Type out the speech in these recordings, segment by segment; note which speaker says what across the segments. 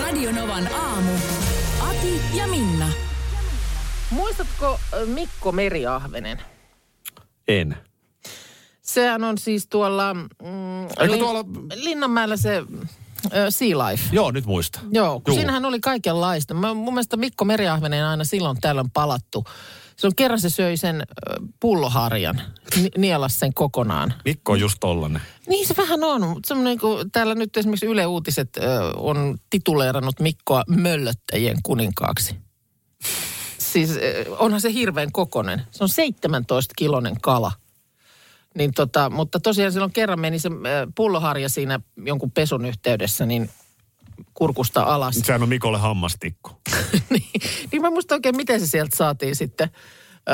Speaker 1: Radionovan aamu. Ati ja Minna.
Speaker 2: Muistatko ö, Mikko Meriahvenen?
Speaker 3: En.
Speaker 2: Sehän on siis tuolla, mm,
Speaker 3: Eikö tuolla-
Speaker 2: Linnanmäellä se ö, Sea Life.
Speaker 3: Joo, nyt muista.
Speaker 2: Joo, kun
Speaker 3: Juu.
Speaker 2: siinähän oli kaikenlaista. Mä, mun mielestä Mikko Meriahvenen aina silloin tällöin palattu. Se on kerran se söi sen ö, pulloharjan, ni- nielas sen kokonaan.
Speaker 3: Mikko on just tollanen.
Speaker 2: Niin se vähän on, mutta semmoinen kuin täällä nyt esimerkiksi Yle Uutiset ö, on tituleerannut Mikkoa möllöttäjien kuninkaaksi. Siis ö, onhan se hirveän kokonen. Se on 17-kilonen kala. Niin tota, mutta tosiaan silloin kerran meni se ö, pulloharja siinä jonkun pesun yhteydessä, niin kurkusta alas.
Speaker 3: Sehän on Mikolle hammastikku.
Speaker 2: niin, niin mä en muista oikein, miten se sieltä saatiin sitten ö,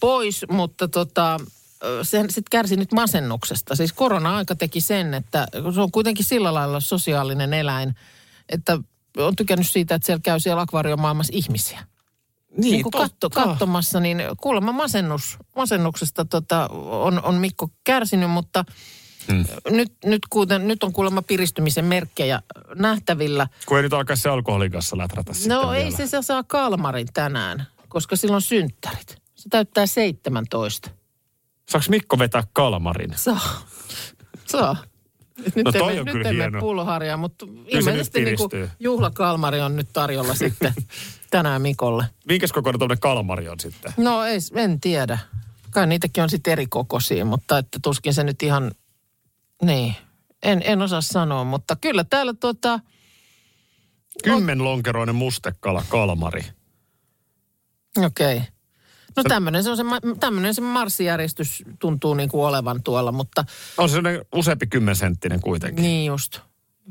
Speaker 2: pois, mutta tota, ö, sehän sitten kärsi nyt masennuksesta. Siis korona-aika teki sen, että kun se on kuitenkin sillä lailla sosiaalinen eläin, että on tykännyt siitä, että siellä käy siellä akvaariomaailmassa ihmisiä. Niin, niin kun katto, katsomassa, niin kuulemma masennus, masennuksesta tota, on, on Mikko kärsinyt, mutta mm. nyt, nyt, kuten, nyt on kuulemma piristymisen merkkejä nähtävillä.
Speaker 3: Kun ei nyt alkaa se alkoholin kanssa läträtä sitten
Speaker 2: No ei
Speaker 3: vielä.
Speaker 2: se, se saa kalmarin tänään, koska silloin on synttärit. Se täyttää 17.
Speaker 3: Saaks Mikko vetää kalmarin?
Speaker 2: Saa. Saa. Et Nyt
Speaker 3: No toi
Speaker 2: emme-
Speaker 3: on
Speaker 2: nyt
Speaker 3: kyllä
Speaker 2: emme
Speaker 3: hieno.
Speaker 2: pulloharjaa, mutta
Speaker 3: se
Speaker 2: ilmeisesti
Speaker 3: nyt
Speaker 2: niin
Speaker 3: piristyy.
Speaker 2: juhlakalmari on nyt tarjolla sitten tänään Mikolle.
Speaker 3: Minkäs kokoinen tuommoinen kalmari on sitten?
Speaker 2: No ei, s- en tiedä. Kai niitäkin on sitten eri kokoisia, mutta että tuskin se nyt ihan, niin, en, en osaa sanoa. Mutta kyllä täällä tuota, No.
Speaker 3: Kymmenlonkeroinen mustekala kalmari.
Speaker 2: Okei. Okay. No tämmöinen se, on se, ma- tämmönen se marssijärjestys tuntuu niin kuin olevan tuolla, mutta
Speaker 3: On se sellainen useampi kymmensenttinen kuitenkin.
Speaker 2: niin just.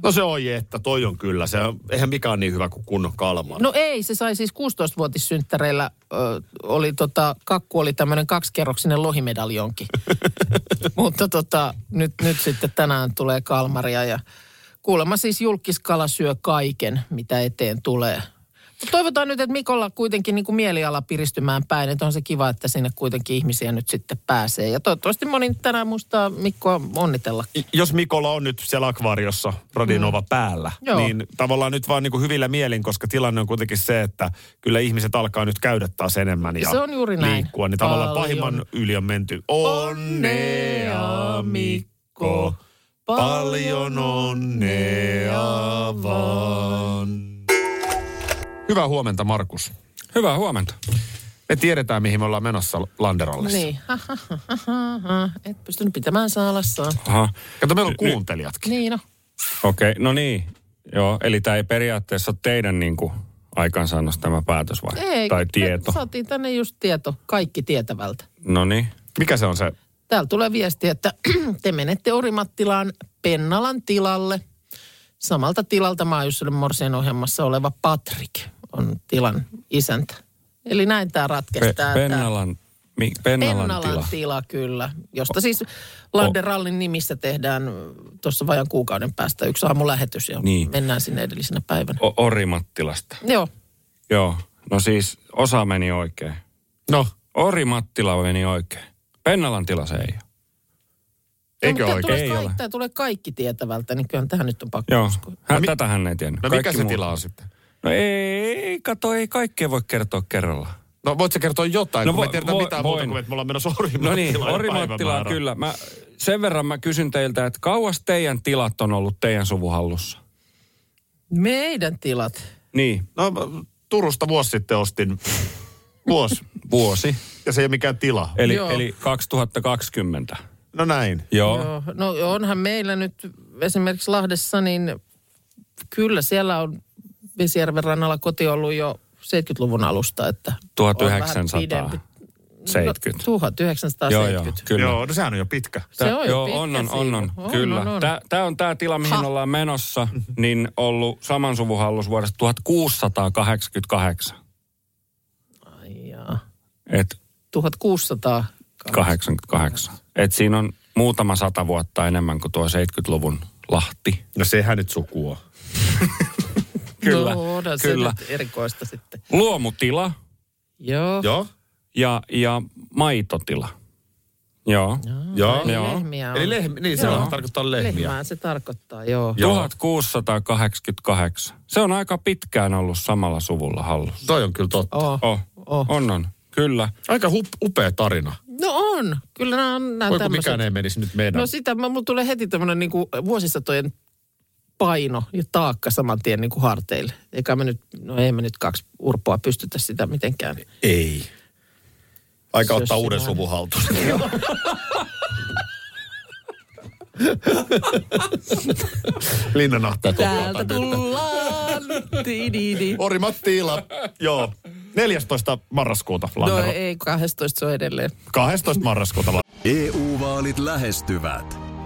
Speaker 3: No se on että toi on kyllä. Se on, eihän mikään niin hyvä kuin kunnon kalmari.
Speaker 2: No ei, se sai siis 16-vuotissynttäreillä, ö, oli tota, kakku oli tämmöinen kaksikerroksinen lohimedaljonki. mutta tota, nyt, nyt sitten tänään tulee kalmaria ja kuulemma siis julkiskala syö kaiken, mitä eteen tulee. Mut toivotaan nyt, että Mikolla kuitenkin niin kuin mieliala piristymään päin, että on se kiva, että sinne kuitenkin ihmisiä nyt sitten pääsee. Ja toivottavasti moni tänään muistaa Mikkoa onnitella.
Speaker 3: I- Jos Mikolla on nyt siellä akvaariossa Radinova mm. päällä,
Speaker 2: Joo.
Speaker 3: niin tavallaan nyt vaan niin kuin hyvillä mielin, koska tilanne on kuitenkin se, että kyllä ihmiset alkaa nyt käydä taas enemmän ja
Speaker 2: Se on juuri näin.
Speaker 3: liikkua. Niin tavallaan
Speaker 2: Paljon.
Speaker 3: pahimman yli on menty. Onnea Mikko, paljon onnea vaan. Hyvää huomenta Markus.
Speaker 4: Hyvää huomenta.
Speaker 3: Me tiedetään mihin me ollaan menossa Landerallessa.
Speaker 2: Niin. Ha, ha, ha, ha, ha. Et pystynyt pitämään saalassaan.
Speaker 4: Aha,
Speaker 3: Kato meillä on kuuntelijatkin.
Speaker 2: Niin no.
Speaker 4: okei. Okay. No niin, joo. Eli tämä ei periaatteessa ole teidän niin kuin, aikansaannos tämä päätös vai? tai
Speaker 2: me
Speaker 4: tieto.
Speaker 2: saatiin tänne just tieto, kaikki tietävältä.
Speaker 4: No niin.
Speaker 3: Mikä se No, on se?
Speaker 2: Täällä tulee viesti, että te menette Orimattilaan Pennalan tilalle. Samalta tilalta maajuussuuden morsian ohjelmassa oleva Patrik on tilan isäntä. Eli näin tämä
Speaker 4: Pe-
Speaker 2: ratkaistaan.
Speaker 4: Pennalan, mi, Pennalan,
Speaker 2: Pennalan tila.
Speaker 4: tila.
Speaker 2: tila, kyllä. Josta siis Landerallin nimissä tehdään tuossa vajan kuukauden päästä yksi aamulähetys ja niin.
Speaker 4: Niin.
Speaker 2: mennään sinne edellisenä päivänä.
Speaker 4: O- Orimattilasta.
Speaker 2: Joo,
Speaker 4: Joo. No siis osa meni oikein.
Speaker 3: No,
Speaker 4: Orimattila meni oikein. Pennalan tila se ei ole.
Speaker 3: eikö
Speaker 2: no,
Speaker 3: oikein?
Speaker 2: Tulee,
Speaker 4: Ei
Speaker 2: kaikki,
Speaker 4: ole.
Speaker 2: tää tulee kaikki tietävältä, niin kyllä tähän nyt on pakko
Speaker 4: Joo.
Speaker 2: uskoa.
Speaker 4: Hän, tätä hän ei tiennyt.
Speaker 3: No mikä
Speaker 4: Kaikki
Speaker 3: se
Speaker 4: muu-
Speaker 3: tila on sitten?
Speaker 4: No ei, kato, ei kaikkea voi kertoa kerrallaan.
Speaker 3: No voit sä kertoa jotain, no,
Speaker 4: No
Speaker 3: kun vo, me ei
Speaker 4: vo-
Speaker 3: tiedetä
Speaker 4: vo-
Speaker 3: mitään muuta
Speaker 4: voin.
Speaker 3: kuin, että me ollaan menossa
Speaker 4: No
Speaker 3: Orimattilaan.
Speaker 4: niin,
Speaker 3: ja
Speaker 4: Orimattilaa
Speaker 3: päivämäärä.
Speaker 4: kyllä. Mä, sen verran mä kysyn teiltä, että kauas teidän tilat on ollut teidän suvuhallussa?
Speaker 2: Meidän tilat.
Speaker 4: Niin,
Speaker 3: No mä Turusta vuosi sitten ostin. Vuosi.
Speaker 4: vuosi.
Speaker 3: Ja se ei ole mikään tila.
Speaker 4: Eli,
Speaker 2: Joo.
Speaker 4: eli 2020.
Speaker 3: No näin.
Speaker 4: Joo. Joo.
Speaker 2: Joo. No onhan meillä nyt esimerkiksi Lahdessa, niin kyllä siellä on Vesijärven rannalla koti ollut jo 70-luvun alusta, että on vähän
Speaker 4: 1900.
Speaker 2: pidempi. No,
Speaker 4: 70.
Speaker 2: 1970.
Speaker 4: Joo, joo, kyllä.
Speaker 3: Joo, no sehän on jo pitkä.
Speaker 2: Se on jo
Speaker 4: joo,
Speaker 2: pitkä
Speaker 4: on, on,
Speaker 2: siivu.
Speaker 4: on, on, kyllä. Tämä on tämä tila, mihin
Speaker 2: Ha.
Speaker 4: ollaan menossa, niin ollut saman suvun hallus vuodesta 1688.
Speaker 2: Ai jaa.
Speaker 4: Et
Speaker 2: 1600.
Speaker 4: 88. Et siinä on muutama sata vuotta enemmän kuin tuo 70-luvun Lahti.
Speaker 3: No sehän nyt sukua.
Speaker 4: Kyllä,
Speaker 2: no, onhan se
Speaker 4: kyllä.
Speaker 2: nyt erikoista sitten.
Speaker 4: Luomutila
Speaker 2: Joo.
Speaker 3: Joo,
Speaker 4: ja, ja maitotila. Joo.
Speaker 3: joo.
Speaker 2: Eli
Speaker 4: Joo.
Speaker 2: Ah, lehmiä on.
Speaker 3: Eli lehmi, niin se
Speaker 2: Joo.
Speaker 3: on, tarkoittaa lehmiä.
Speaker 2: Lehmää se tarkoittaa, joo.
Speaker 3: Joo.
Speaker 4: 1688. Se on aika pitkään ollut samalla suvulla hallussa.
Speaker 3: Toi on kyllä totta.
Speaker 2: Oh.
Speaker 4: Oh,
Speaker 2: Oh.
Speaker 4: On, on. Kyllä.
Speaker 3: Aika hup, upea tarina.
Speaker 2: No on. Kyllä nämä on nämä
Speaker 3: Voi kun
Speaker 2: tämmöiset.
Speaker 3: mikään ei menisi nyt meidän.
Speaker 2: No sitä, mä, mulla tulee heti tämmöinen niin vuosisatojen paino ja taakka saman tien niin kuin harteille. Eikä me nyt, no ei me nyt kaksi urpoa pystytä sitä mitenkään.
Speaker 3: ei. Aika
Speaker 2: Jos
Speaker 3: ottaa uuden
Speaker 2: sinä-
Speaker 3: suvun haltuun. Linnanahtajat
Speaker 2: Täältä
Speaker 3: kokoontaan nyt.
Speaker 2: tullaan. Tididi.
Speaker 3: Ori Matti Ila. Joo. 14. marraskuuta
Speaker 2: No
Speaker 3: Lannero.
Speaker 2: ei, 12 se on edelleen.
Speaker 3: 12. marraskuuta Lannero.
Speaker 5: EU-vaalit E lähestyvät.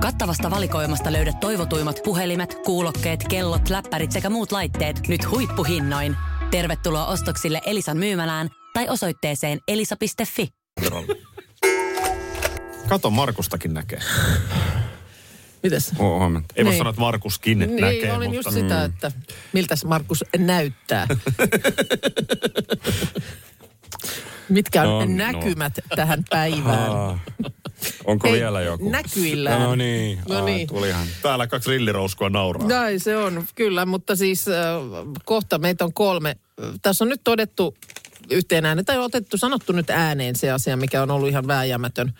Speaker 6: Kattavasta valikoimasta löydät toivotuimmat puhelimet, kuulokkeet, kellot, läppärit sekä muut laitteet nyt huippuhinnoin. Tervetuloa ostoksille Elisan myymälään tai osoitteeseen elisa.fi.
Speaker 3: Kato, Markustakin näkee.
Speaker 2: Mites?
Speaker 4: Hu- Huomenta.
Speaker 3: Ei voi
Speaker 2: Niin.
Speaker 3: sanoa, että Markuskin
Speaker 2: Niin,
Speaker 3: näkee,
Speaker 2: olin
Speaker 3: mutta...
Speaker 2: just sitä, että miltäs Markus näyttää. Mitkä
Speaker 4: No,
Speaker 2: on
Speaker 4: no.
Speaker 2: näkymät tähän päivään?
Speaker 4: Aa, onko
Speaker 2: Ei,
Speaker 4: vielä joku?
Speaker 2: näkyillään.
Speaker 4: No niin,
Speaker 2: No
Speaker 4: Aa,
Speaker 2: niin.
Speaker 4: tulihan.
Speaker 3: mm. Täällä kaksi rillirouskua nauraa.
Speaker 2: Näin se on, kyllä, mutta siis äh, kohta meitä on kolme. Tässä on nyt todettu yhteen ääneen, tai otettu, sanottu nyt ääneen se asia, mikä on ollut ihan vääjäämätön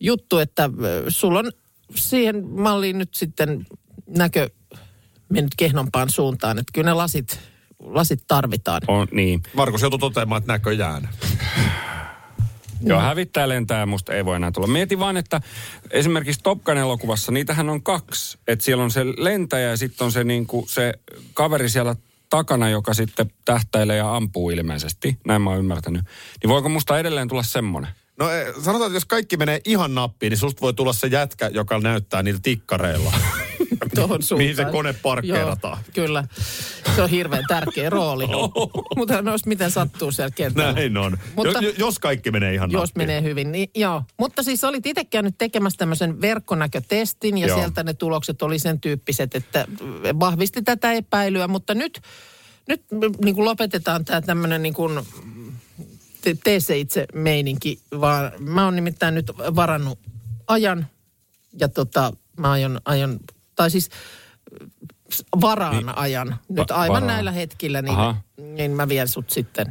Speaker 2: juttu, että äh, sulla on siihen malliin nyt sitten näkö mennyt kehnompaan suuntaan, että kyllä ne lasit, lasit tarvitaan.
Speaker 4: On, niin.
Speaker 3: Markus joutui toteamaan, että näköjään.
Speaker 4: Joo,
Speaker 2: Niin.
Speaker 4: hävittää lentää musta ei voi enää tulla. Mieti vaan, että esimerkiksi Top Gun elokuvassa, niitähän on kaksi. Että siellä on se lentäjä ja sitten on se, niinku, se kaveri siellä takana, joka sitten tähtäilee ja ampuu ilmeisesti. Näin mä oon ymmärtänyt. Niin voiko musta edelleen tulla semmonen?
Speaker 3: No eh, sanotaan, että jos kaikki menee ihan nappiin, niin susta voi tulla se jätkä, joka näyttää niillä tikkareilla.
Speaker 2: tuohon suuntaan.
Speaker 3: Mihin se kone parkkeerataan.
Speaker 2: Joo, kyllä. Se on hirveän tärkeä rooli. Mutta no, jos miten sattuu siellä kentällä.
Speaker 3: Näin on.
Speaker 2: Mutta-
Speaker 3: Mutta, jos, jos kaikki menee ihan
Speaker 2: Jos
Speaker 3: nappiin.
Speaker 2: menee hyvin, niin joo. Mutta siis olit itse käynyt tekemässä tämmöisen verkkonäkötestin ja
Speaker 3: Joo.
Speaker 2: joo. sieltä ne tulokset oli sen tyyppiset, että vahvisti tätä epäilyä. Mutta nyt, nyt niin kuin lopetetaan tämä tämmöinen niin kuin te, tee se itse meininki, vaan mä oon nimittäin nyt varannut ajan ja tota, mä aion, aion tai siis varaan niin, ajan. Nyt
Speaker 4: Va-
Speaker 2: aivan
Speaker 4: varaan.
Speaker 2: näillä hetkillä, niin,
Speaker 4: Aha.
Speaker 2: niin mä vien sut sitten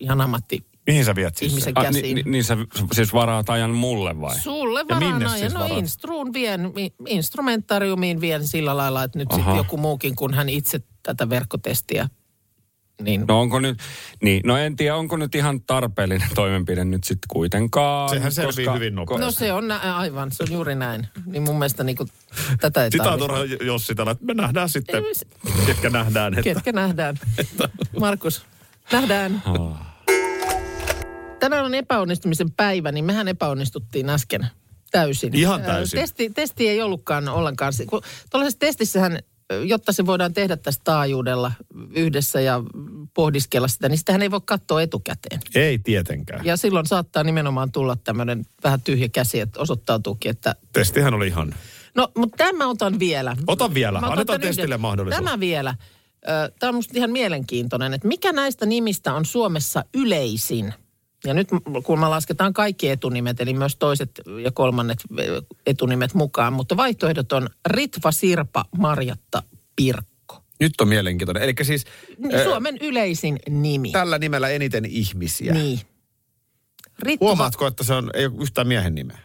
Speaker 2: ihan ammatti
Speaker 3: Mihin sä viet siis?
Speaker 2: ihmisen
Speaker 4: Ah,
Speaker 2: käsiin.
Speaker 4: ni, ni, niin sä siis varaat ajan mulle vai?
Speaker 2: Sulle
Speaker 3: minne
Speaker 2: varaan ajan.
Speaker 3: siis
Speaker 2: no
Speaker 3: varaat?
Speaker 2: instruun vien, mi- instrumentariumiin vien sillä lailla, että nyt
Speaker 4: Aha.
Speaker 2: sitten joku muukin kuin hän itse tätä verkkotestiä. Niin, no.
Speaker 4: No onko nyt, niin, no en tiedä, onko nyt ihan tarpeellinen toimenpide nyt sitten kuitenkaan.
Speaker 3: Sehän selvii hyvin nopeasti.
Speaker 2: no se on nä- aivan, se on juuri näin. Niin mun mielestä niin kuin, tätä ei
Speaker 3: Sitä on
Speaker 2: tarvitse.
Speaker 3: turha Jossi tällä, että me nähdään sitten,
Speaker 2: Ei se-
Speaker 3: ketkä nähdään. Että.
Speaker 2: Ketkä nähdään? Markus, nähdään. Tänään on epäonnistumisen päivä, niin mehän epäonnistuttiin äsken täysin.
Speaker 3: Ihan
Speaker 2: Ö,
Speaker 3: täysin.
Speaker 2: Testi, testi ei ollutkaan ollenkaan. se- kun Tuollaisessa testissähän, ö, jotta se voidaan tehdä tässä taajuudella yhdessä ja pohdiskella sitä, niin sitähän ei voi katsoa etukäteen.
Speaker 3: Ei tietenkään.
Speaker 2: Ja silloin saattaa nimenomaan tulla tämmöinen vähän tyhjä käsi, että osoittautuukin, että
Speaker 3: Testihän oli ihan.
Speaker 2: No, mutta tämän mä otan vielä.
Speaker 3: Ota vielä.
Speaker 2: Mä otan
Speaker 3: Annetaan
Speaker 2: tän yhden.
Speaker 3: testille mahdollisuus.
Speaker 2: Tämä vielä. Tämä on musta ihan mielenkiintoinen, että mikä näistä nimistä on Suomessa yleisin? Ja nyt m- kun me lasketaan kaikki etunimet, eli myös toiset ja kolmannet ö, etunimet mukaan, mutta vaihtoehdot on Ritva, Sirpa, Marjatta, Pirkko.
Speaker 7: Nyt on mielenkiintoinen. Eli siis
Speaker 2: N-
Speaker 7: ö,
Speaker 2: Suomen yleisin nimi.
Speaker 7: tällä nimellä eniten ihmisiä.
Speaker 2: Niin. Ritva.
Speaker 3: Huomaatko, että se on, ei ole yhtään miehen nimeä?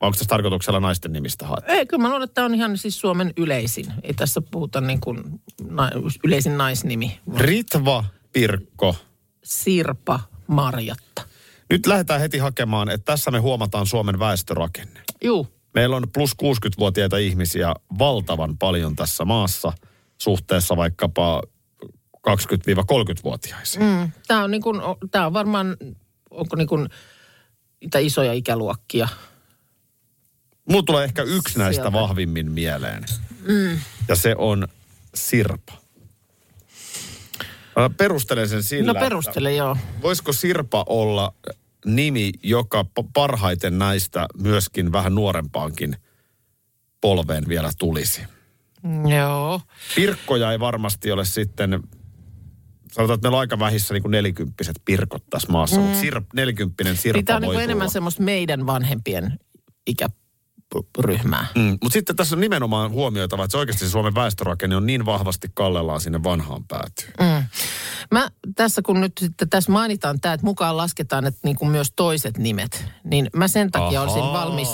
Speaker 3: Vai Onko tässä tarkoituksella naisten nimistä haettu?
Speaker 2: Ei, kyllä mä luulen, että tämä on ihan siis Suomen yleisin. Ei tässä puhuta niin kuin na- yleisin naisnimi, vaan
Speaker 3: Ritva Pirkko.
Speaker 2: Sirpa Marjatta.
Speaker 3: Nyt lähdetään heti hakemaan, että tässä me huomataan Suomen väestörakenne.
Speaker 2: Juu,
Speaker 3: Meillä on plus 60-vuotiaita ihmisiä valtavan paljon tässä maassa suhteessa vaikkapa 20-30-vuotiaisiin. Mm.
Speaker 2: mm. tämä on, niin kuin, tämä on varmaan, onko niin kuin niitä isoja ikäluokkia.
Speaker 3: Mulla tulee ehkä yksi näistä
Speaker 2: Sieltä.
Speaker 3: vahvimmin mieleen. Mm. Ja se on Sirpa. Mä perustelen sen sillä,
Speaker 2: no perustele, joo.
Speaker 3: että voisiko Sirpa olla nimi, joka p- parhaiten näistä myöskin vähän nuorempaankin polveen vielä tulisi.
Speaker 2: Mm, Joo.
Speaker 3: Pirkkoja ei varmasti ole sitten, sanotaan, että meillä on aika vähissä niin kuin nelikymppiset pirkot tässä maassa, mm. mutta sir, nelikymppinen sirpa
Speaker 2: Niin tämä on niin
Speaker 3: voi
Speaker 2: kuin
Speaker 3: tulla.
Speaker 2: enemmän semmoista meidän vanhempien ikäryhmää.
Speaker 3: Mm, mutta sitten tässä on nimenomaan huomioitava, että se oikeasti se Suomen väestörakenne on niin vahvasti kallellaan sinne vanhaan päätyyn. Mm.
Speaker 2: Mä tässä kun nyt sitten tässä mainitaan tämä, että mukaan lasketaan että niin kuin myös toiset nimet, niin mä sen takia
Speaker 3: Ahaa.
Speaker 2: olisin valmis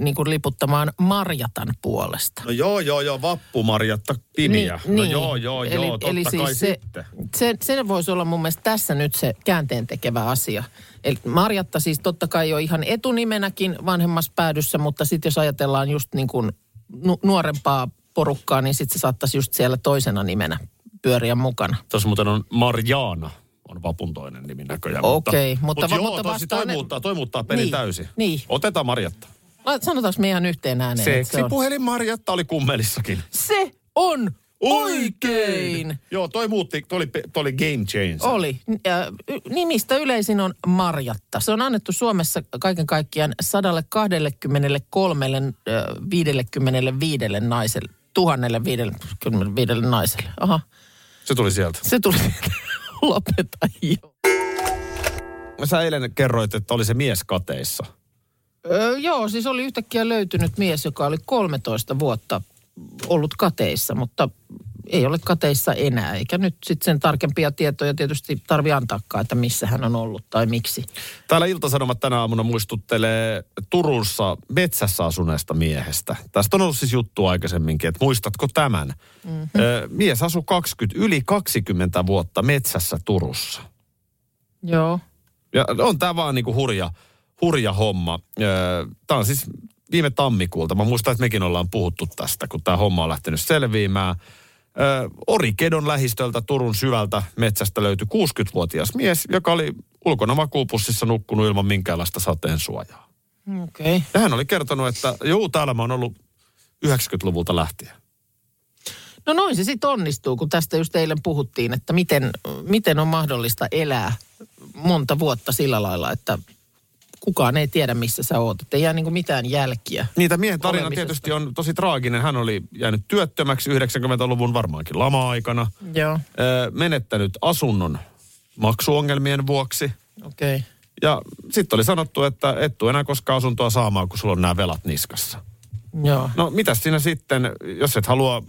Speaker 2: niin kuin liputtamaan Marjatan puolesta.
Speaker 3: No joo, joo, joo, vappumarjatta, pimiä. Niin, no joo, joo,
Speaker 2: eli,
Speaker 3: joo, totta
Speaker 2: eli siis
Speaker 3: kai
Speaker 2: se,
Speaker 3: sitten.
Speaker 2: Se, se voisi olla mun mielestä tässä nyt se käänteen tekevä asia. Eli Marjatta siis totta kai jo ihan etunimenäkin vanhemmassa päädyssä, mutta sitten jos ajatellaan just niin kuin nu- nuorempaa porukkaa, niin sitten se saattaisi just siellä toisena nimenä pyöriä mukana.
Speaker 3: Tuossa muuten on Marjaana, on vapuntoinen nimi näköjään.
Speaker 2: Okei,
Speaker 3: mutta,
Speaker 2: mutta
Speaker 3: mutta,
Speaker 2: va-
Speaker 3: joo,
Speaker 2: mutta
Speaker 3: tosi
Speaker 2: vastaan
Speaker 3: toi,
Speaker 2: ne-
Speaker 3: muuttaa, toi muuttaa peli
Speaker 2: Niin,
Speaker 3: täysin.
Speaker 2: niin.
Speaker 3: Otetaan Marjatta.
Speaker 2: La- Sanotaanko me ihan yhteen ääneen? että
Speaker 3: Seksi
Speaker 2: on-
Speaker 3: puhelin Marjatta oli kummelissakin.
Speaker 2: Se on oikein!
Speaker 3: Joo, toi muutti, toi oli, pe- toi oli game changer.
Speaker 2: Oli. N- ja y- Nimistä yleisin on Marjatta. Se on annettu Suomessa kaiken kaikkiaan 123 ö, 55 naiselle. 1055 naiselle. Aha,
Speaker 3: Se tuli sieltä.
Speaker 2: se tuli lopeta jo.
Speaker 3: Sä eilen kerroit, että oli se mies kateissa.
Speaker 2: Öö, joo, siis oli yhtäkkiä löytynyt mies, joka oli 13 vuotta ollut kateissa, mutta ei ole kateissa enää. Eikä nyt sitten sen tarkempia tietoja tietysti tarvi antaakaan, että missä hän on ollut tai miksi.
Speaker 3: Täällä Iltasanomat tänä aamuna muistuttelee Turussa metsässä asuneesta miehestä. Tästä on ollut siis juttu aikaisemminkin, että muistatko tämän? Mm-hmm.
Speaker 2: Mm.
Speaker 3: Mies asui 20, yli 20 vuotta metsässä Turussa.
Speaker 2: Joo.
Speaker 3: Ja on tämä vaan niinku hurja, hurja homma. Tämä on siis viime tammikuulta. Mä muistan, että mekin ollaan puhuttu tästä, kun tämä homma on lähtenyt selviämään. Ö, Orikedon lähistöltä Turun syvältä metsästä löytyi 60-vuotias mies, joka oli ulkona makuupussissa nukkunut ilman minkäänlaista sateen suojaa.
Speaker 2: Okei. Okay.
Speaker 3: Ja hän oli kertonut, että juu, täällä mä oon ollut 90-luvulta lähtien.
Speaker 2: No noin se sitten onnistuu, kun tästä just eilen puhuttiin, että miten, miten on mahdollista elää monta vuotta sillä lailla, että kukaan ei tiedä, missä sä oot. Että ei jää niinku mitään jälkiä.
Speaker 3: Niitä miehen tarina
Speaker 2: Olemisesta.
Speaker 3: tietysti on tosi traaginen. Hän oli jäänyt työttömäksi 90-luvun varmaankin lama-aikana.
Speaker 2: Joo,
Speaker 3: ö, menettänyt asunnon maksuongelmien vuoksi.
Speaker 2: okei. Okay.
Speaker 3: Ja sitten oli sanottu, että et tule enää koskaan asuntoa saamaan, kun sulla on nämä velat niskassa.
Speaker 2: Joo.
Speaker 3: No mitä siinä sitten, jos et halua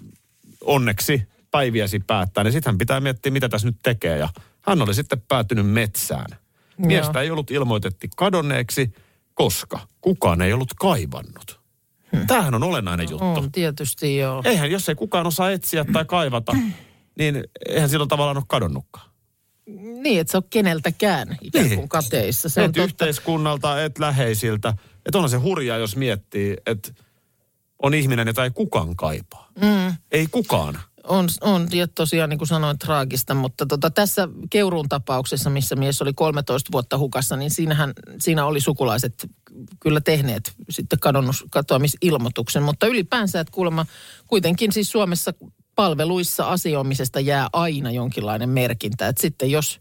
Speaker 3: onneksi päiviäsi päättää, niin sitten pitää miettiä, mitä tässä nyt tekee. Ja hän oli sitten päätynyt metsään. Miestä ei ollut ilmoitettu kadonneeksi, koska kukaan ei ollut kaivannut. Tämähän on olennainen juttu.
Speaker 2: On tietysti joo.
Speaker 3: Eihän, jos ei kukaan osaa etsiä tai kaivata, niin eihän silloin tavallaan ole kadonnutkaan.
Speaker 2: Niin, että se on keneltäkään ikään kuin
Speaker 3: Niin.
Speaker 2: kateissa. Se
Speaker 3: Se
Speaker 2: on
Speaker 3: et
Speaker 2: totta.
Speaker 3: yhteiskunnalta, et läheisiltä. Että onhan se hurjaa, jos miettii, että on ihminen, jota ei kukaan kaipaa. Mm. Ei kukaan.
Speaker 2: On, on ja tosiaan niin kuin sanoin traagista, mutta tota, tässä Keuruun tapauksessa, missä mies oli 13 vuotta hukassa, niin siinähän, siinä oli sukulaiset kyllä tehneet sitten kadonnus, katoamisilmoituksen. Mutta ylipäänsä, että kuulemma kuitenkin siis Suomessa palveluissa asioimisesta jää aina jonkinlainen merkintä. Että sitten jos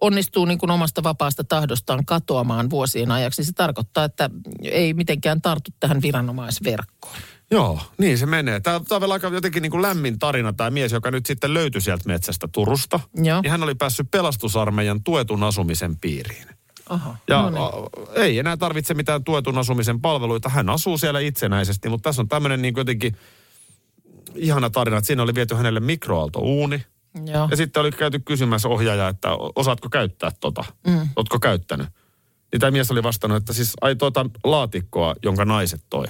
Speaker 2: onnistuu niin kuin omasta vapaasta tahdostaan katoamaan vuosien ajaksi, niin se tarkoittaa, että ei mitenkään tartu tähän viranomaisverkkoon.
Speaker 3: Joo, niin se menee. Tämä, tämä on vielä aika jotenkin niin kuin lämmin tarina, tämä mies, joka nyt sitten löytyi sieltä metsästä Turusta.
Speaker 2: Joo.
Speaker 3: Niin hän oli päässyt pelastusarmeijan tuetun asumisen piiriin.
Speaker 2: Aha,
Speaker 3: Ja
Speaker 2: no niin.
Speaker 3: a, ei enää tarvitse mitään tuetun asumisen palveluita. Hän asuu siellä itsenäisesti, mutta tässä on tämmöinen niin kuin jotenkin ihana tarina, että siinä oli viety hänelle mikroaaltouuni.
Speaker 2: Joo.
Speaker 3: Ja sitten oli käyty kysymässä ohjaaja, että o- osaatko käyttää tota? Mm. Ootko käyttänyt? Niin tämä mies oli vastannut, että siis ai tuota laatikkoa, jonka naiset toi.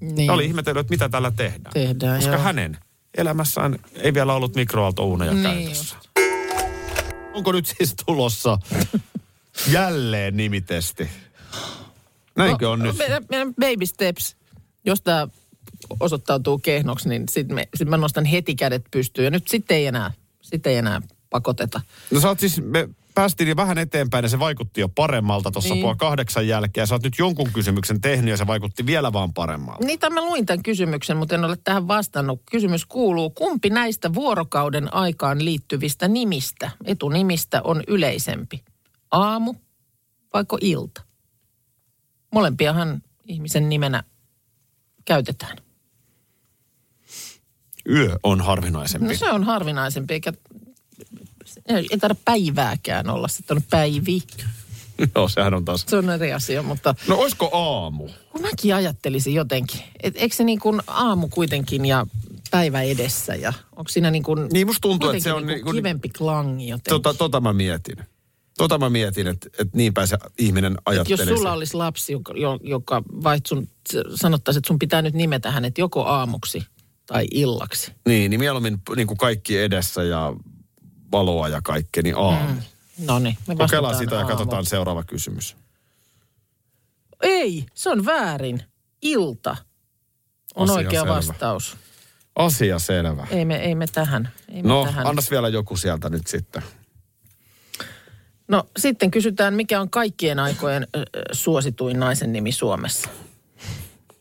Speaker 2: Niin.
Speaker 3: Ja oli ihmetellyt, että mitä tällä tehdään.
Speaker 2: Tehdään,
Speaker 3: Koska
Speaker 2: joo.
Speaker 3: hänen elämässään ei vielä ollut mikroaaltouuneja
Speaker 2: Niin
Speaker 3: käytössä. Onko nyt siis tulossa jälleen nimitesti? Näinkö
Speaker 2: No,
Speaker 3: on nyt?
Speaker 2: Meidän, meidän baby steps, jos tämä osoittautuu kehnoksi, niin sitten me, sit mä nostan heti kädet pystyyn. Ja nyt sitten ei enää, sit ei enää pakoteta.
Speaker 3: No sä oot siis, me päästiin jo vähän eteenpäin ja se vaikutti jo paremmalta tuossa
Speaker 2: Niin.
Speaker 3: niin. puoli kahdeksan jälkeen. Sä oot nyt jonkun kysymyksen tehnyt ja se vaikutti vielä vaan paremmalta.
Speaker 2: Niitä mä luin tämän kysymyksen, mutta en ole tähän vastannut. Kysymys kuuluu, kumpi näistä vuorokauden aikaan liittyvistä nimistä, etunimistä, on yleisempi? Aamu vaiko ilta? Molempiahan ihmisen nimenä käytetään.
Speaker 3: Yö on harvinaisempi.
Speaker 2: No se on harvinaisempi, eikä ei ei tarvitse päivääkään olla. Sitten on päivi.
Speaker 3: Joo, sehän on taas.
Speaker 2: Se on eri asia, mutta
Speaker 3: No oisko aamu?
Speaker 2: kun mäkin ajattelisin jotenkin, että eikö se niin kuin aamu kuitenkin ja päivä edessä ja onko siinä niin kuin
Speaker 3: Niin, musta tuntuu, että se
Speaker 2: kuitenkin
Speaker 3: on
Speaker 2: niin kuin
Speaker 3: niin kuin-
Speaker 2: kivempi klangi jotenkin.
Speaker 3: Tota, tota mä mietin. Tota mä mietin, että et niinpä se ihminen
Speaker 2: Et jos
Speaker 3: ajattelee.
Speaker 2: sulla olisi lapsi, joka, jo- joka vaihti sun, sanottaisiin, että sun pitää nyt nimetä hänet joko aamuksi tai illaksi.
Speaker 3: Niin, niin mieluummin niin kuin kaikki edessä ja valoa ja kaikkea, niin aamu. Mm.
Speaker 2: No niin, me
Speaker 3: Kokeillaan
Speaker 2: vastataan
Speaker 3: sitä ja
Speaker 2: aamulla.
Speaker 3: katsotaan seuraava kysymys.
Speaker 2: Ei, se on väärin. Ilta on
Speaker 3: Asia
Speaker 2: oikea
Speaker 3: selvä.
Speaker 2: vastaus.
Speaker 3: Asia selvä.
Speaker 2: Ei me, ei me tähän. Ei me
Speaker 3: No,
Speaker 2: tähän.
Speaker 3: annas vielä joku sieltä nyt sitten.
Speaker 2: no, sitten kysytään, mikä on kaikkien aikojen ö, ö, suosituin naisen nimi Suomessa?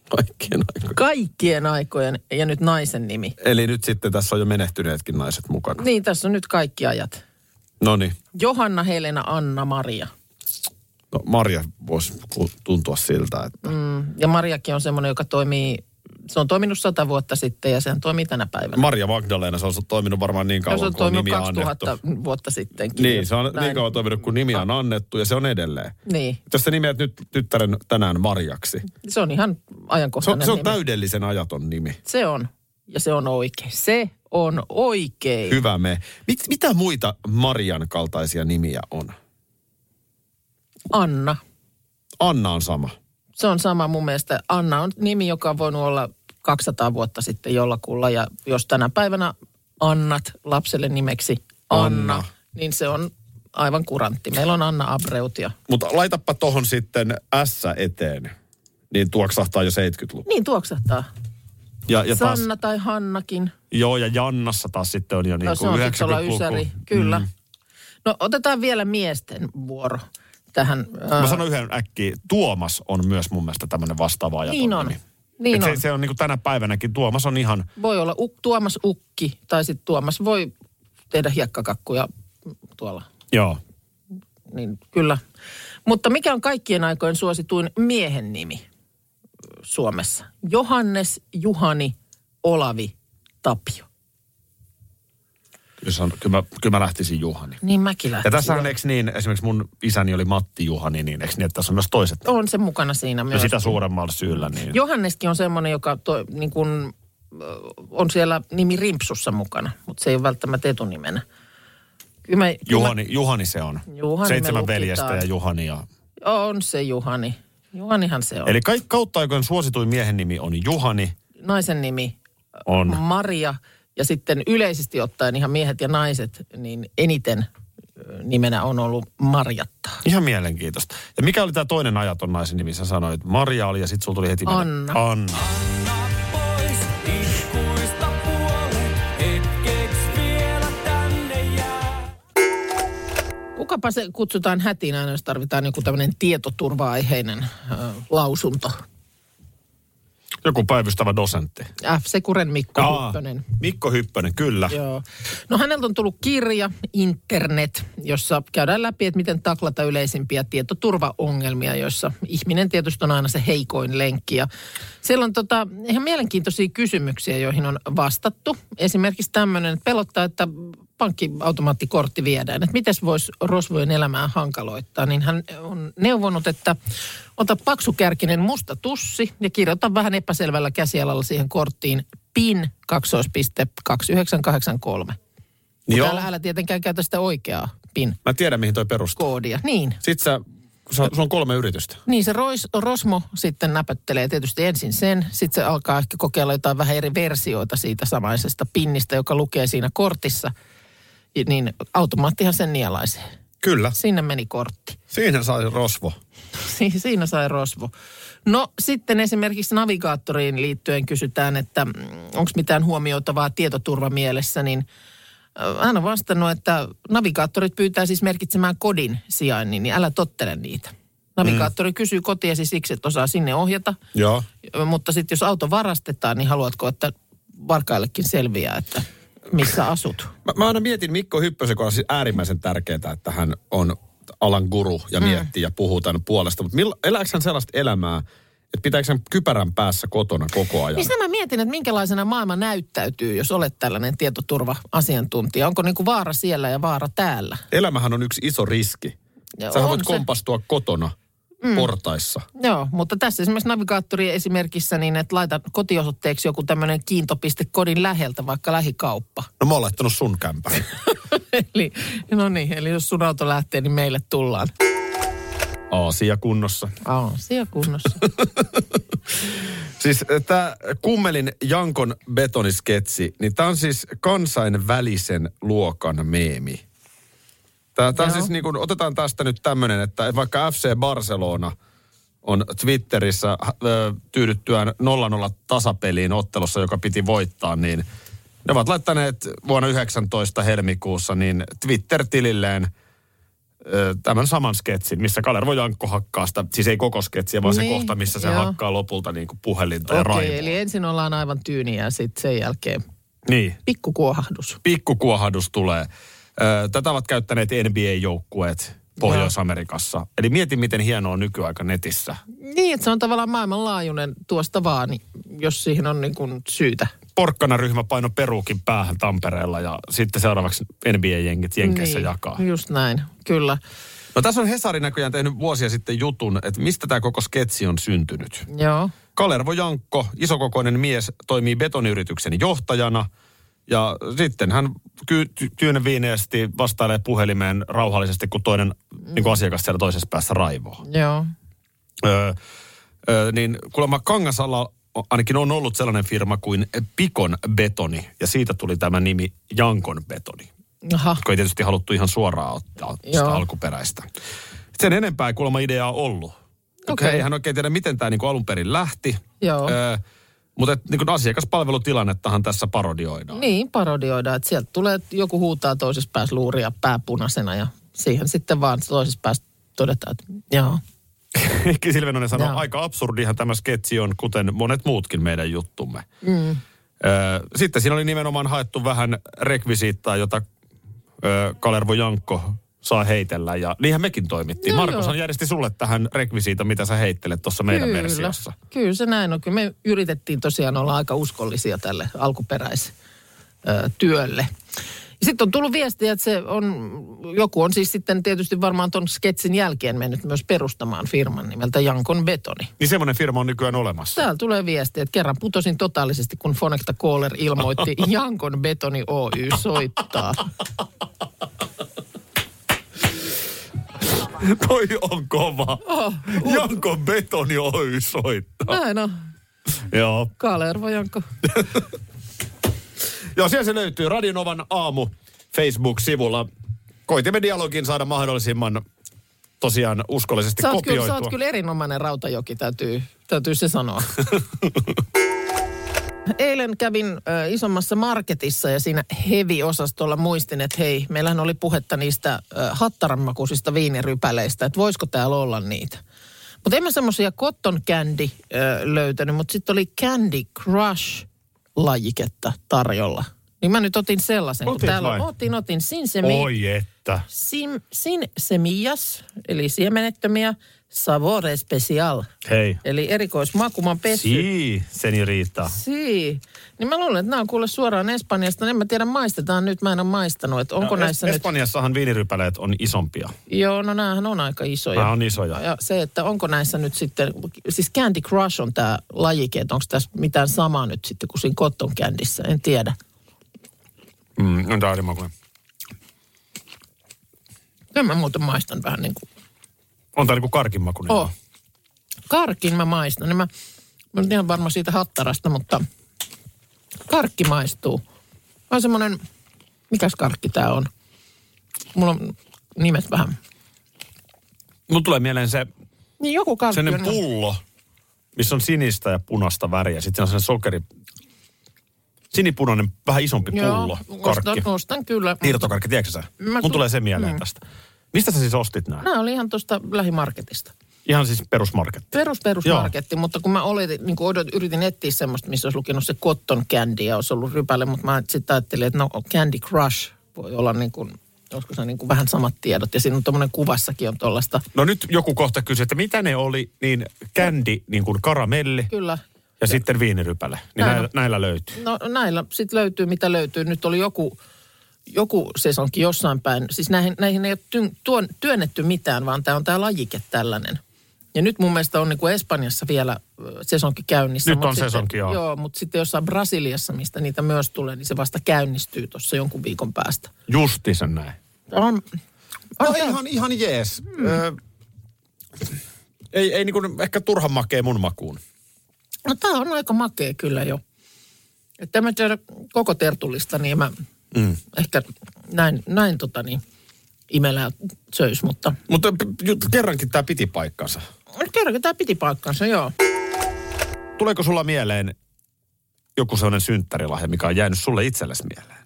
Speaker 3: Kaikkien aikaa.
Speaker 2: Kaikkien aikojen ja nyt naisen nimi.
Speaker 3: Eli nyt sitten tässä on jo menehtyneetkin naiset mukana.
Speaker 2: Niin, tässä on nyt kaikki ajat.
Speaker 3: No niin,
Speaker 2: Johanna, Helena, Anna, Maria.
Speaker 3: no, Marja voisi ku- tuntua siltä, että mm.
Speaker 2: Ja Mariakin on semmoinen, joka toimii, se on toiminut sata vuotta sitten ja sehän toimii tänä päivänä.
Speaker 3: Marja Magdalena, se on toiminut varmaan niin
Speaker 2: Ja No, se
Speaker 3: kauan
Speaker 2: on
Speaker 3: kuin on
Speaker 2: toiminut
Speaker 3: nimiä annettu.
Speaker 2: 2000 vuotta sittenkin.
Speaker 3: Niin, se on
Speaker 2: Näin.
Speaker 3: niin kauan toiminut, kun nimi on annettu ja se on edelleen.
Speaker 2: Niin,
Speaker 3: Jos sä nimeät nyt tyttären tänään Marjaksi,
Speaker 2: se on ihan
Speaker 3: se on,
Speaker 2: ajankohtainen
Speaker 3: se on
Speaker 2: nimi.
Speaker 3: täydellisen ajaton nimi.
Speaker 2: Se on. Ja se on oikein. Se on oikein.
Speaker 3: Hyvä me. Mit, mitä muita Marian kaltaisia nimiä on?
Speaker 2: Anna.
Speaker 3: Anna on sama.
Speaker 2: Se on sama mun mielestä. Anna on nimi, joka on voinut olla 200 vuotta sitten jollakulla. Ja jos tänä päivänä annat lapselle nimeksi Anna,
Speaker 3: Anna.
Speaker 2: Anna. niin se on aivan kurantti. Meillä on Anna Abreutia.
Speaker 3: Mutta laitappa tohon sitten S eteen, niin tuoksahtaa jo 70-luku.
Speaker 2: Niin tuoksahtaa.
Speaker 3: Ja, ja taas,
Speaker 2: Sanna tai Hannakin.
Speaker 3: joo, ja Jannassa taas sitten on jo niin
Speaker 2: No se
Speaker 3: kuin
Speaker 2: on sitten olla
Speaker 3: 90-luku.
Speaker 2: ysäri, kyllä. Mm. No otetaan vielä miesten vuoro tähän.
Speaker 3: Mä
Speaker 2: äh,
Speaker 3: sanon yhden äkkiä. Tuomas on myös mun mielestä tämmöinen vastaava ajaton
Speaker 2: niin on.
Speaker 3: nimi.
Speaker 2: Niin
Speaker 3: Et
Speaker 2: on.
Speaker 3: se, se on niin kuin tänä päivänäkin. Tuomas on ihan
Speaker 2: Voi olla uk, Tuomas Ukki tai sitten Tuomas voi tehdä hiekkakakkuja tuolla.
Speaker 3: Joo.
Speaker 2: Niin kyllä. Mutta mikä on kaikkien aikojen suosituin miehen nimi Suomessa? Johannes, Juhani, Olavi, Tapio.
Speaker 3: Kyllä, se on, kyllä, mä, kyllä mä lähtisin Juhani.
Speaker 2: Niin mäkin
Speaker 3: Ja
Speaker 2: lähtisin.
Speaker 3: tässähän eikö niin, esimerkiksi mun isäni oli Matti Juhani, niin eikö niin, että tässä on myös toiset?
Speaker 2: On se mukana siinä
Speaker 3: Ja
Speaker 2: myös.
Speaker 3: sitä suuremmalla syyllä, niin
Speaker 2: Johanneskin on semmoinen, joka toi, niin kun, ö, on siellä nimi Rimpsussa mukana, mutta se ei ole välttämättä etunimenä. Kyllä mä, kyllä mä-
Speaker 3: Juhani, Juhani se on.
Speaker 2: Juhani me
Speaker 3: Seitsemän
Speaker 2: lukitaan.
Speaker 3: veljestä ja Juhani. Ja...
Speaker 2: On se Juhani. Juhanihan se on.
Speaker 3: Eli kaikki kautta aikojen suosituin miehen nimi on Juhani.
Speaker 2: naisen nimi
Speaker 3: On.
Speaker 2: Maria ja sitten yleisesti ottaen ihan miehet ja naiset, niin eniten ö, nimenä on ollut Marjatta.
Speaker 3: Ihan mielenkiintoista. Ja mikä oli tämä toinen ajaton naisen nimi? Sä sanoit Maria oli ja sitten sulla tuli heti...
Speaker 2: Anna.
Speaker 3: Anna.
Speaker 2: Kukapa se kutsutaan hätiin aina, jos tarvitaan joku tämmöinen tietoturva-aiheinen ö, lausunto.
Speaker 3: Joku päivystävä dosentti.
Speaker 2: F. Sekuren Mikko Hyppönen.
Speaker 3: Mikko Hyppönen, kyllä.
Speaker 2: Joo. No häneltä on tullut kirja Internet, jossa käydään läpi, että miten taklata yleisimpiä tietoturvaongelmia, joissa ihminen tietysti on aina se heikoin lenkki. Ja siellä on tota, ihan mielenkiintoisia kysymyksiä, joihin on vastattu. Esimerkiksi tämmöinen, että pelottaa, että pankkiautomaattikortti viedään, että miten voisi rosvojen elämää hankaloittaa, niin hän on neuvonut, että ota paksukärkinen musta tussi ja kirjoita vähän epäselvällä käsialalla siihen korttiin PIN 2.2983. Mutta älä, älä tietenkään käytä sitä oikeaa
Speaker 3: Mä tiedän, mihin toi perustuu.
Speaker 2: PIN-koodia. Niin.
Speaker 3: Sitten sä, sä, sulla on kolme yritystä.
Speaker 2: Niin se Rois, Rosmo sitten näpöttelee tietysti ensin sen, sitten se alkaa ehkä kokeilla jotain vähän eri versioita siitä samaisesta pinnistä, joka lukee siinä kortissa. Ja Niin automaattihan sen nielaisee.
Speaker 3: Kyllä.
Speaker 2: Sinne meni kortti.
Speaker 3: Siinä sai rosvo.
Speaker 2: Si- Siinä sai rosvo. No sitten esimerkiksi navigaattoriin liittyen kysytään, että onko mitään huomioitavaa tietoturvamielessä, niin ö, hän on vastannut, että navigaattorit pyytää siis merkitsemään kodin sijainnin, niin älä tottele niitä. Navigaattori mm. kysyy kotiesi siksi, että osaa sinne ohjata,
Speaker 3: Joo.
Speaker 2: Ö, mutta sitten jos auto varastetaan, niin haluatko, että varkaillekin selviää, että missä asut?
Speaker 3: Mä, mä aina mietin Mikko Hyppösen kohdalla siis äärimmäisen tärkeää, että hän on alan guru
Speaker 2: Mm.
Speaker 3: ja miettii ja puhuu tämän puolesta. Mutta mill- elääkö hän sellaista elämää, että pitääkö hän kypärän päässä kotona koko ajan?
Speaker 2: Niin sitä mä mietin, että minkälaisena maailma näyttäytyy, jos olet tällainen tietoturva-asiantuntija. Onko niinku vaara siellä ja vaara täällä?
Speaker 3: Elämähän on yksi iso riski.
Speaker 2: Joo,
Speaker 3: Sä
Speaker 2: on
Speaker 3: voit
Speaker 2: se.
Speaker 3: kompastua kotona mm. portaissa.
Speaker 2: Joo, mutta tässä esimerkiksi navigaattori esimerkissä, niin että laita kotiosoitteeksi joku tämmöinen kiintopiste kodin läheltä, vaikka lähikauppa.
Speaker 3: No mä oon laittanut sun kämpään.
Speaker 2: eli, no niin, eli jos sun auto lähtee, niin meille tullaan.
Speaker 3: Aasia kunnossa.
Speaker 2: Aa, siellä kunnossa.
Speaker 3: Siis tämä Kummelin Jankon betonisketsi, niin tämä on siis kansainvälisen luokan meemi. Tämä on
Speaker 2: Joo.
Speaker 3: siis niin kun, otetaan tästä nyt tämmöinen, että vaikka FC Barcelona on Twitterissä äh, ö, tyydyttyään 0-0 tasapeliin ottelussa, joka piti voittaa, niin ne ovat laittaneet vuonna 19 helmikuussa niin Twitter-tililleen ö, tämän saman sketsin, missä Kalervo Jankko hakkaa sitä, siis ei koko sketsiä, vaan se
Speaker 2: Niin,
Speaker 3: kohta, missä se
Speaker 2: joo.
Speaker 3: hakkaa lopulta niin kuin puhelinta ja
Speaker 2: Okei,
Speaker 3: raivoa.
Speaker 2: okay, eli ensin ollaan aivan tyyniä ja sitten sen jälkeen
Speaker 3: Niin,
Speaker 2: pikkukuohahdus.
Speaker 3: pikkukuohadus tulee. Ö, Tätä ovat käyttäneet NBA-joukkueet Pohjois-Amerikassa. Eli mieti, miten hienoa on nykyaika netissä.
Speaker 2: Niin, että se on tavallaan maailmanlaajuinen tuosta vaan, niin jos siihen on niin kuin syytä.
Speaker 3: Porkkanaryhmä paino peruukin päähän Tampereella ja sitten seuraavaksi NBA-jengit Jenkeissä
Speaker 2: niin,
Speaker 3: niin. jakaa.
Speaker 2: Just näin, kyllä.
Speaker 3: No tässä on Hesari näköjään tehnyt vuosia sitten jutun, että mistä tämä koko sketsi on syntynyt.
Speaker 2: Joo.
Speaker 3: Kalervo Jankko, isokokoinen mies, toimii betoniyrityksen johtajana. Ja sitten hän ky- ty- tyynenviineesti vastailee puhelimeen rauhallisesti, kun toinen niin kuin asiakas siellä toisessa päässä raivoo.
Speaker 2: Joo.
Speaker 3: Öö, öö, niin kuulemma Kangasalla ainakin on ollut sellainen firma kuin Pikon Betoni. Ja siitä tuli tämä nimi Jankon Betoni
Speaker 2: Aha.
Speaker 3: kun ei tietysti haluttu ihan suoraan ottaa sitä
Speaker 2: Joo.
Speaker 3: alkuperäistä. Sen enempää ei kuulemma ideaa ollut.
Speaker 2: Okei.
Speaker 3: Okay. Ei hän oikein tiedä, miten tämä niinku alun perin lähti.
Speaker 2: Joo.
Speaker 3: Ö, mutta et, niinku asiakaspalvelutilannettahan tässä parodioidaan.
Speaker 2: Niin, parodioidaan, että sieltä tulee, että joku huutaa toisessa päässä luuria pääpunaisena ja siihen sitten vaan toisessa päässä todetaan, että joo.
Speaker 3: Niin. Silvenonen sanoi,
Speaker 2: Joo.
Speaker 3: aika absurdihan tämä sketsi on, kuten monet muutkin meidän juttumme. Mm. Ö, sitten siinä oli nimenomaan haettu vähän rekvisiittaa, jota ö, Kalervo Jankko saa heitellä. Ja niinhän mekin toimittiin.
Speaker 2: No
Speaker 3: No
Speaker 2: joo.
Speaker 3: Markushan järjesti sulle tähän rekvisiitan, mitä sä heittelet tuossa meidän
Speaker 2: kyllä,
Speaker 3: versiossa.
Speaker 2: kyllä se näin on. Kyllä me yritettiin tosiaan olla aika uskollisia tälle alkuperäistyölle. Sitten on tullut viestiä, että se on, joku on siis sitten tietysti varmaan ton sketsin jälkeen mennyt myös perustamaan firman nimeltä Jankon Betoni.
Speaker 3: Niin semmoinen firma on nykyään olemassa.
Speaker 2: Täällä tulee viesti, että kerran putosin totaalisesti, kun Fonecta Caller ilmoitti Jankon Betoni Oy soittaa.
Speaker 3: Toi on kova.
Speaker 2: Oh,
Speaker 3: Janko Betoni Oy soittaa.
Speaker 2: näin on.
Speaker 3: Joo.
Speaker 2: Kalervo Jankko.
Speaker 3: Joo, siellä se löytyy Radionovan aamu Facebook-sivulla. Koitimme dialogin saada mahdollisimman tosiaan uskollisesti
Speaker 2: Sä oot, kyllä, sä
Speaker 3: kopioitua.
Speaker 2: oot kyllä erinomainen rautajoki, täytyy, täytyy se sanoa. Eilen kävin ö, isommassa marketissa ja siinä heavy-osastolla muistin, että hei, meillähän oli puhetta niistä ö, hattaranmakuisista viinirypäleistä, että voisiko täällä olla niitä. Mutta en mä semmoisia cotton candy ö, löytänyt, mutta sitten oli Candy Crush lajiketta tarjolla. Niin mä nyt otin sellaisen, kun
Speaker 3: Otit
Speaker 2: täällä on,
Speaker 3: vai?
Speaker 2: otin, otin sinsemi,
Speaker 3: Oi että.
Speaker 2: sim, sin semillas, eli siemenettömiä, savore special.
Speaker 3: Hei.
Speaker 2: Eli erikoismaku, mä oon pessyt.
Speaker 3: Sii, senioriita.
Speaker 2: Sii. Niin mä luulen, että nämä on kuule suoraan Espanjasta. En mä tiedä, maistetaan nyt. Mä en ole maistanut. Että onko no, näissä
Speaker 3: es-
Speaker 2: nyt...
Speaker 3: Espanjassahan viinirypäleet on isompia.
Speaker 2: Joo, no näähän on aika isoja.
Speaker 3: Nämä on niin- isoja.
Speaker 2: Ja se, että onko näissä nyt sitten... Siis Candy Crush on tämä lajike. Että onko tässä mitään samaa nyt sitten kuin siinä Cotton Candyssä. En tiedä.
Speaker 4: Mm, no tää on makuinen.
Speaker 2: Kyllä mä muuten maistan vähän niin kuin...
Speaker 3: On tää niinku karkinmakuinen.
Speaker 2: Oh. Karkin mä maistan. Niin mä, mä en ole ihan varma siitä hattarasta, mutta karkki maistuu. Mä oon semmonen... Mikäs karkki tää on? Mulla on nimet vähän
Speaker 3: Mut tulee mieleen se
Speaker 2: Niin joku karkki
Speaker 3: sellainen
Speaker 2: on-
Speaker 3: pullo, missä on sinistä ja punaista väriä. Sitten siinä on sellainen sokeri, sinipunainen, vähän isompi pullo, karkki.
Speaker 2: Ostan, ostan kyllä.
Speaker 3: Irtokarkki, tiedätkö sä?
Speaker 2: Mä
Speaker 3: Mun
Speaker 2: tu- Mm. No.
Speaker 3: tulee se mieleen tästä. Mistä sä siis ostit näin?
Speaker 2: Nämä oli ihan tuosta lähimarketista.
Speaker 3: Ihan siis perusmarket.
Speaker 2: Perus,
Speaker 3: Joo.
Speaker 2: perusmarketti, mutta kun mä oletin, niin kun odot, yritin etsiä semmoista, missä olisi lukenut se cotton candy ja olisi ollut rypäle, mutta mä sitten ajattelin, että no Candy Crush voi olla niin kuin, olisiko se niin kuin vähän samat tiedot. Ja siinä on tuommoinen kuvassakin on tuollaista,
Speaker 3: No nyt joku kohta kysyy, että mitä ne oli, niin kändi, niin kuin karamelli
Speaker 2: kyllä,
Speaker 3: ja sitten viinirypäle. Niin
Speaker 2: Näin on.
Speaker 3: näillä, näillä löytyy.
Speaker 2: No näillä sitten löytyy, mitä löytyy. Nyt oli joku, joku sesonki jossain päin. Siis näihin, näihin ei ole tyn, tuon, työnnetty mitään, vaan tämä on tämä lajike tällainen. Ja nyt mun mielestä on niin kuin Espanjassa vielä ö, sesonki käynnissä.
Speaker 3: Nyt
Speaker 2: mut
Speaker 3: on
Speaker 2: sitten-
Speaker 3: sesonki, joo.
Speaker 2: Joo, mutta sitten jossain Brasiliassa, mistä niitä myös tulee, niin se vasta käynnistyy tuossa jonkun viikon päästä.
Speaker 3: Justisen näin.
Speaker 2: On, on
Speaker 3: No
Speaker 2: tää-
Speaker 3: ihan, ihan jees. Mm. Ö, ei ei niin kuin ehkä turhan makea mun makuun.
Speaker 2: No tämä on aika makea kyllä jo. Että mä en tiedä koko tertulista, niin mä mm. ehkä näin, näin tota niin, imelää söis, mutta
Speaker 3: Mutta p- ju- kerrankin tämä piti paikkansa.
Speaker 2: kerrankin tämä piti paikkansa, joo.
Speaker 3: Tuleeko sulla mieleen joku sellainen synttärilahja, mikä on jäänyt sulle itsellesi mieleen?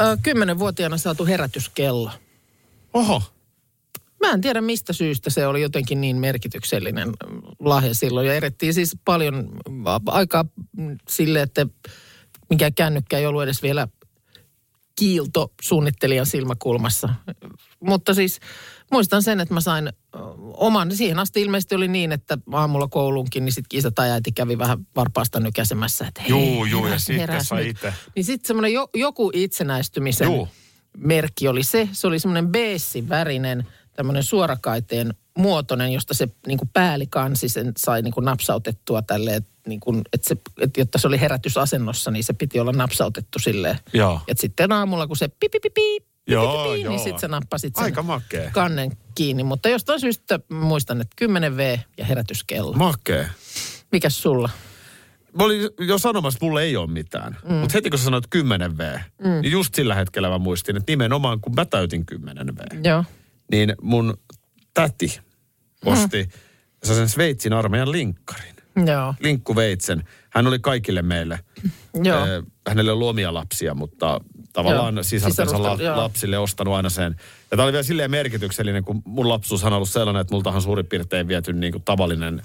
Speaker 2: Ö, Kymmenenvuotiaana saatu herätyskello.
Speaker 3: Oho,
Speaker 2: Mä en tiedä mistä syystä se oli jotenkin niin merkityksellinen mm, lahja silloin. Ja erettiin siis paljon mm, a- aikaa mm, sille, että mikään kännykkä ei ollut edes vielä kiilto suunnittelijan silmäkulmassa. Mutta siis muistan sen, että mä sain ö, oman, siihen asti ilmeisesti oli niin, että aamulla kouluunkin, niin sitten isä tai äiti kävi vähän varpaasta nykäsemässä, että hei,
Speaker 3: Juu, juu, ja
Speaker 2: heräs,
Speaker 3: sitten
Speaker 2: heräs
Speaker 3: sai
Speaker 2: nyt.
Speaker 3: itse.
Speaker 2: Niin sitten semmoinen jo, joku itsenäistymisen
Speaker 3: Juu.
Speaker 2: merkki oli se. Se oli semmoinen beessin värinen, tämmöinen suorakaiteen muotoinen, josta se niin kuin päälikansi sen sai niin kuin napsautettua tälleen, niin kuin, että se, että jotta se oli herätysasennossa, niin se piti olla napsautettu silleen.
Speaker 3: Joo.
Speaker 2: Et sitten aamulla, kun se pipipipi,
Speaker 3: Joo,
Speaker 2: pipipipi,
Speaker 3: joo.
Speaker 2: niin sitten sä nappasit sen
Speaker 3: Aika makea.
Speaker 2: kannen kiinni. Mutta jostain syystä muistan, että 10 V ja herätyskello.
Speaker 3: makea.
Speaker 2: Mikäs sulla?
Speaker 3: Mä olin jo sanomassa, että mulla ei ole mitään. Mm. Mutta heti kun sä sanoit 10 V, mm. niin just sillä hetkellä mä muistin, että nimenomaan kun mä täytin 10 V,
Speaker 2: Joo.
Speaker 3: niin mun täti osti mm. sellaisen Sveitsin armeijan linkkarin.
Speaker 2: Joo.
Speaker 3: Linkkuveitsen. Hän oli kaikille meille.
Speaker 2: Joo.
Speaker 3: Ö, Hänellä on luomia lapsia, mutta tavallaan
Speaker 2: Joo.
Speaker 3: sisartensa
Speaker 2: Sisarusta-
Speaker 3: la-
Speaker 2: joo.
Speaker 3: lapsille ostanut aina sen. Ja tämä oli vielä silleen merkityksellinen, kun mun lapsuushan on ollut sellainen, että multahan suurin piirtein viety niin kuin tavallinen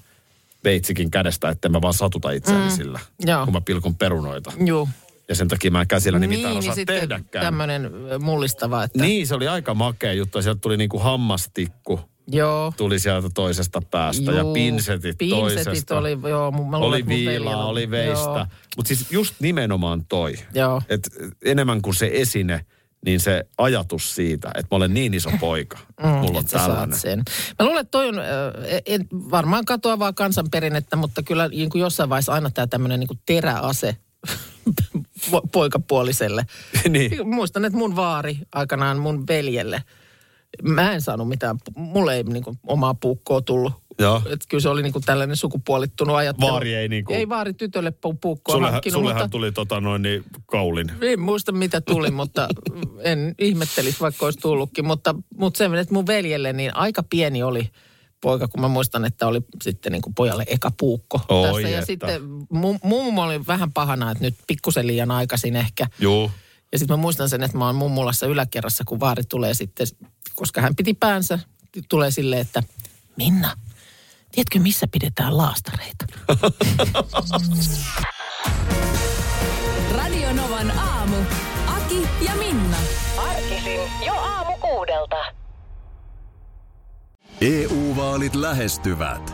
Speaker 3: veitsikin kädestä, että mä vaan satuta itseäni mm. sillä,
Speaker 2: Joo.
Speaker 3: kun mä pilkon perunoita.
Speaker 2: Joo.
Speaker 3: Ja sen takia mä en käsilläni niin, mitään osaa
Speaker 2: niin sitten
Speaker 3: tehdäkään.
Speaker 2: tämmöinen mullistava, että
Speaker 3: Niin, se oli aika makea juttu. Ja Sieltä tuli niin kuin hammastikku
Speaker 2: joo.
Speaker 3: tuli sieltä toisesta päästä ja
Speaker 2: Juu,
Speaker 3: pinsetit,
Speaker 2: pinsetit
Speaker 3: toisesta.
Speaker 2: oli, joo, mun- mä luulen,
Speaker 3: oli
Speaker 2: että mun veljellä
Speaker 3: viilaa,
Speaker 2: oli.
Speaker 3: oli veistä.
Speaker 2: Joo.
Speaker 3: Mutta siis just nimenomaan toi,
Speaker 2: Joo.
Speaker 3: että enemmän kuin se esine, niin se ajatus siitä, että mä olen niin iso poika, mm, mulla on
Speaker 2: että sä saat
Speaker 3: tällainen.
Speaker 2: sen. Mä luulen, että toi on, ö, e, en, varmaan katoavaa kansanperinnettä, mutta kyllä niin kuin jossain vaiheessa aina tämä tämmöinen niin teräase po- poikapuoliselle.
Speaker 3: niin.
Speaker 2: Muistan, että mun vaari aikanaan mun veljelle, mä en saanut mitään, pu- mulle ei niin kuin, omaa puukkoa tullut.
Speaker 3: Joo.
Speaker 2: Et kyllä se oli niin kuin tällainen sukupuolittunut ajattelu.
Speaker 3: Vaari ei niin kuin-
Speaker 2: Ei vaari tytölle pu- puukkoa
Speaker 3: Sullehän,
Speaker 2: hankkinut,
Speaker 3: sullehan
Speaker 2: mutta...
Speaker 3: tuli tota noin niin kaulin.
Speaker 2: En muista mitä tuli, mutta en ihmettelisi vaikka olisi tullutkin. Mutta, mutta se, että mun veljelle niin aika pieni oli poika, kun mä muistan, että oli sitten niin kuin pojalle eka puukko.
Speaker 3: Oi
Speaker 2: Ja
Speaker 3: että.
Speaker 2: sitten mu- mummo oli vähän pahana, että nyt pikkusen liian aikaisin ehkä.
Speaker 3: Juu.
Speaker 2: Ja sitten mä muistan sen, että mä oon mummolassa yläkerrassa, kun vaari tulee sitten, koska hän piti päänsä, tulee silleen, että Minna, Tiedätkö, missä pidetään laastareita?
Speaker 1: Radio Novan aamu. Aki ja Minna.
Speaker 8: Arkisin jo aamu kuudelta.
Speaker 5: EU-vaalit E lähestyvät.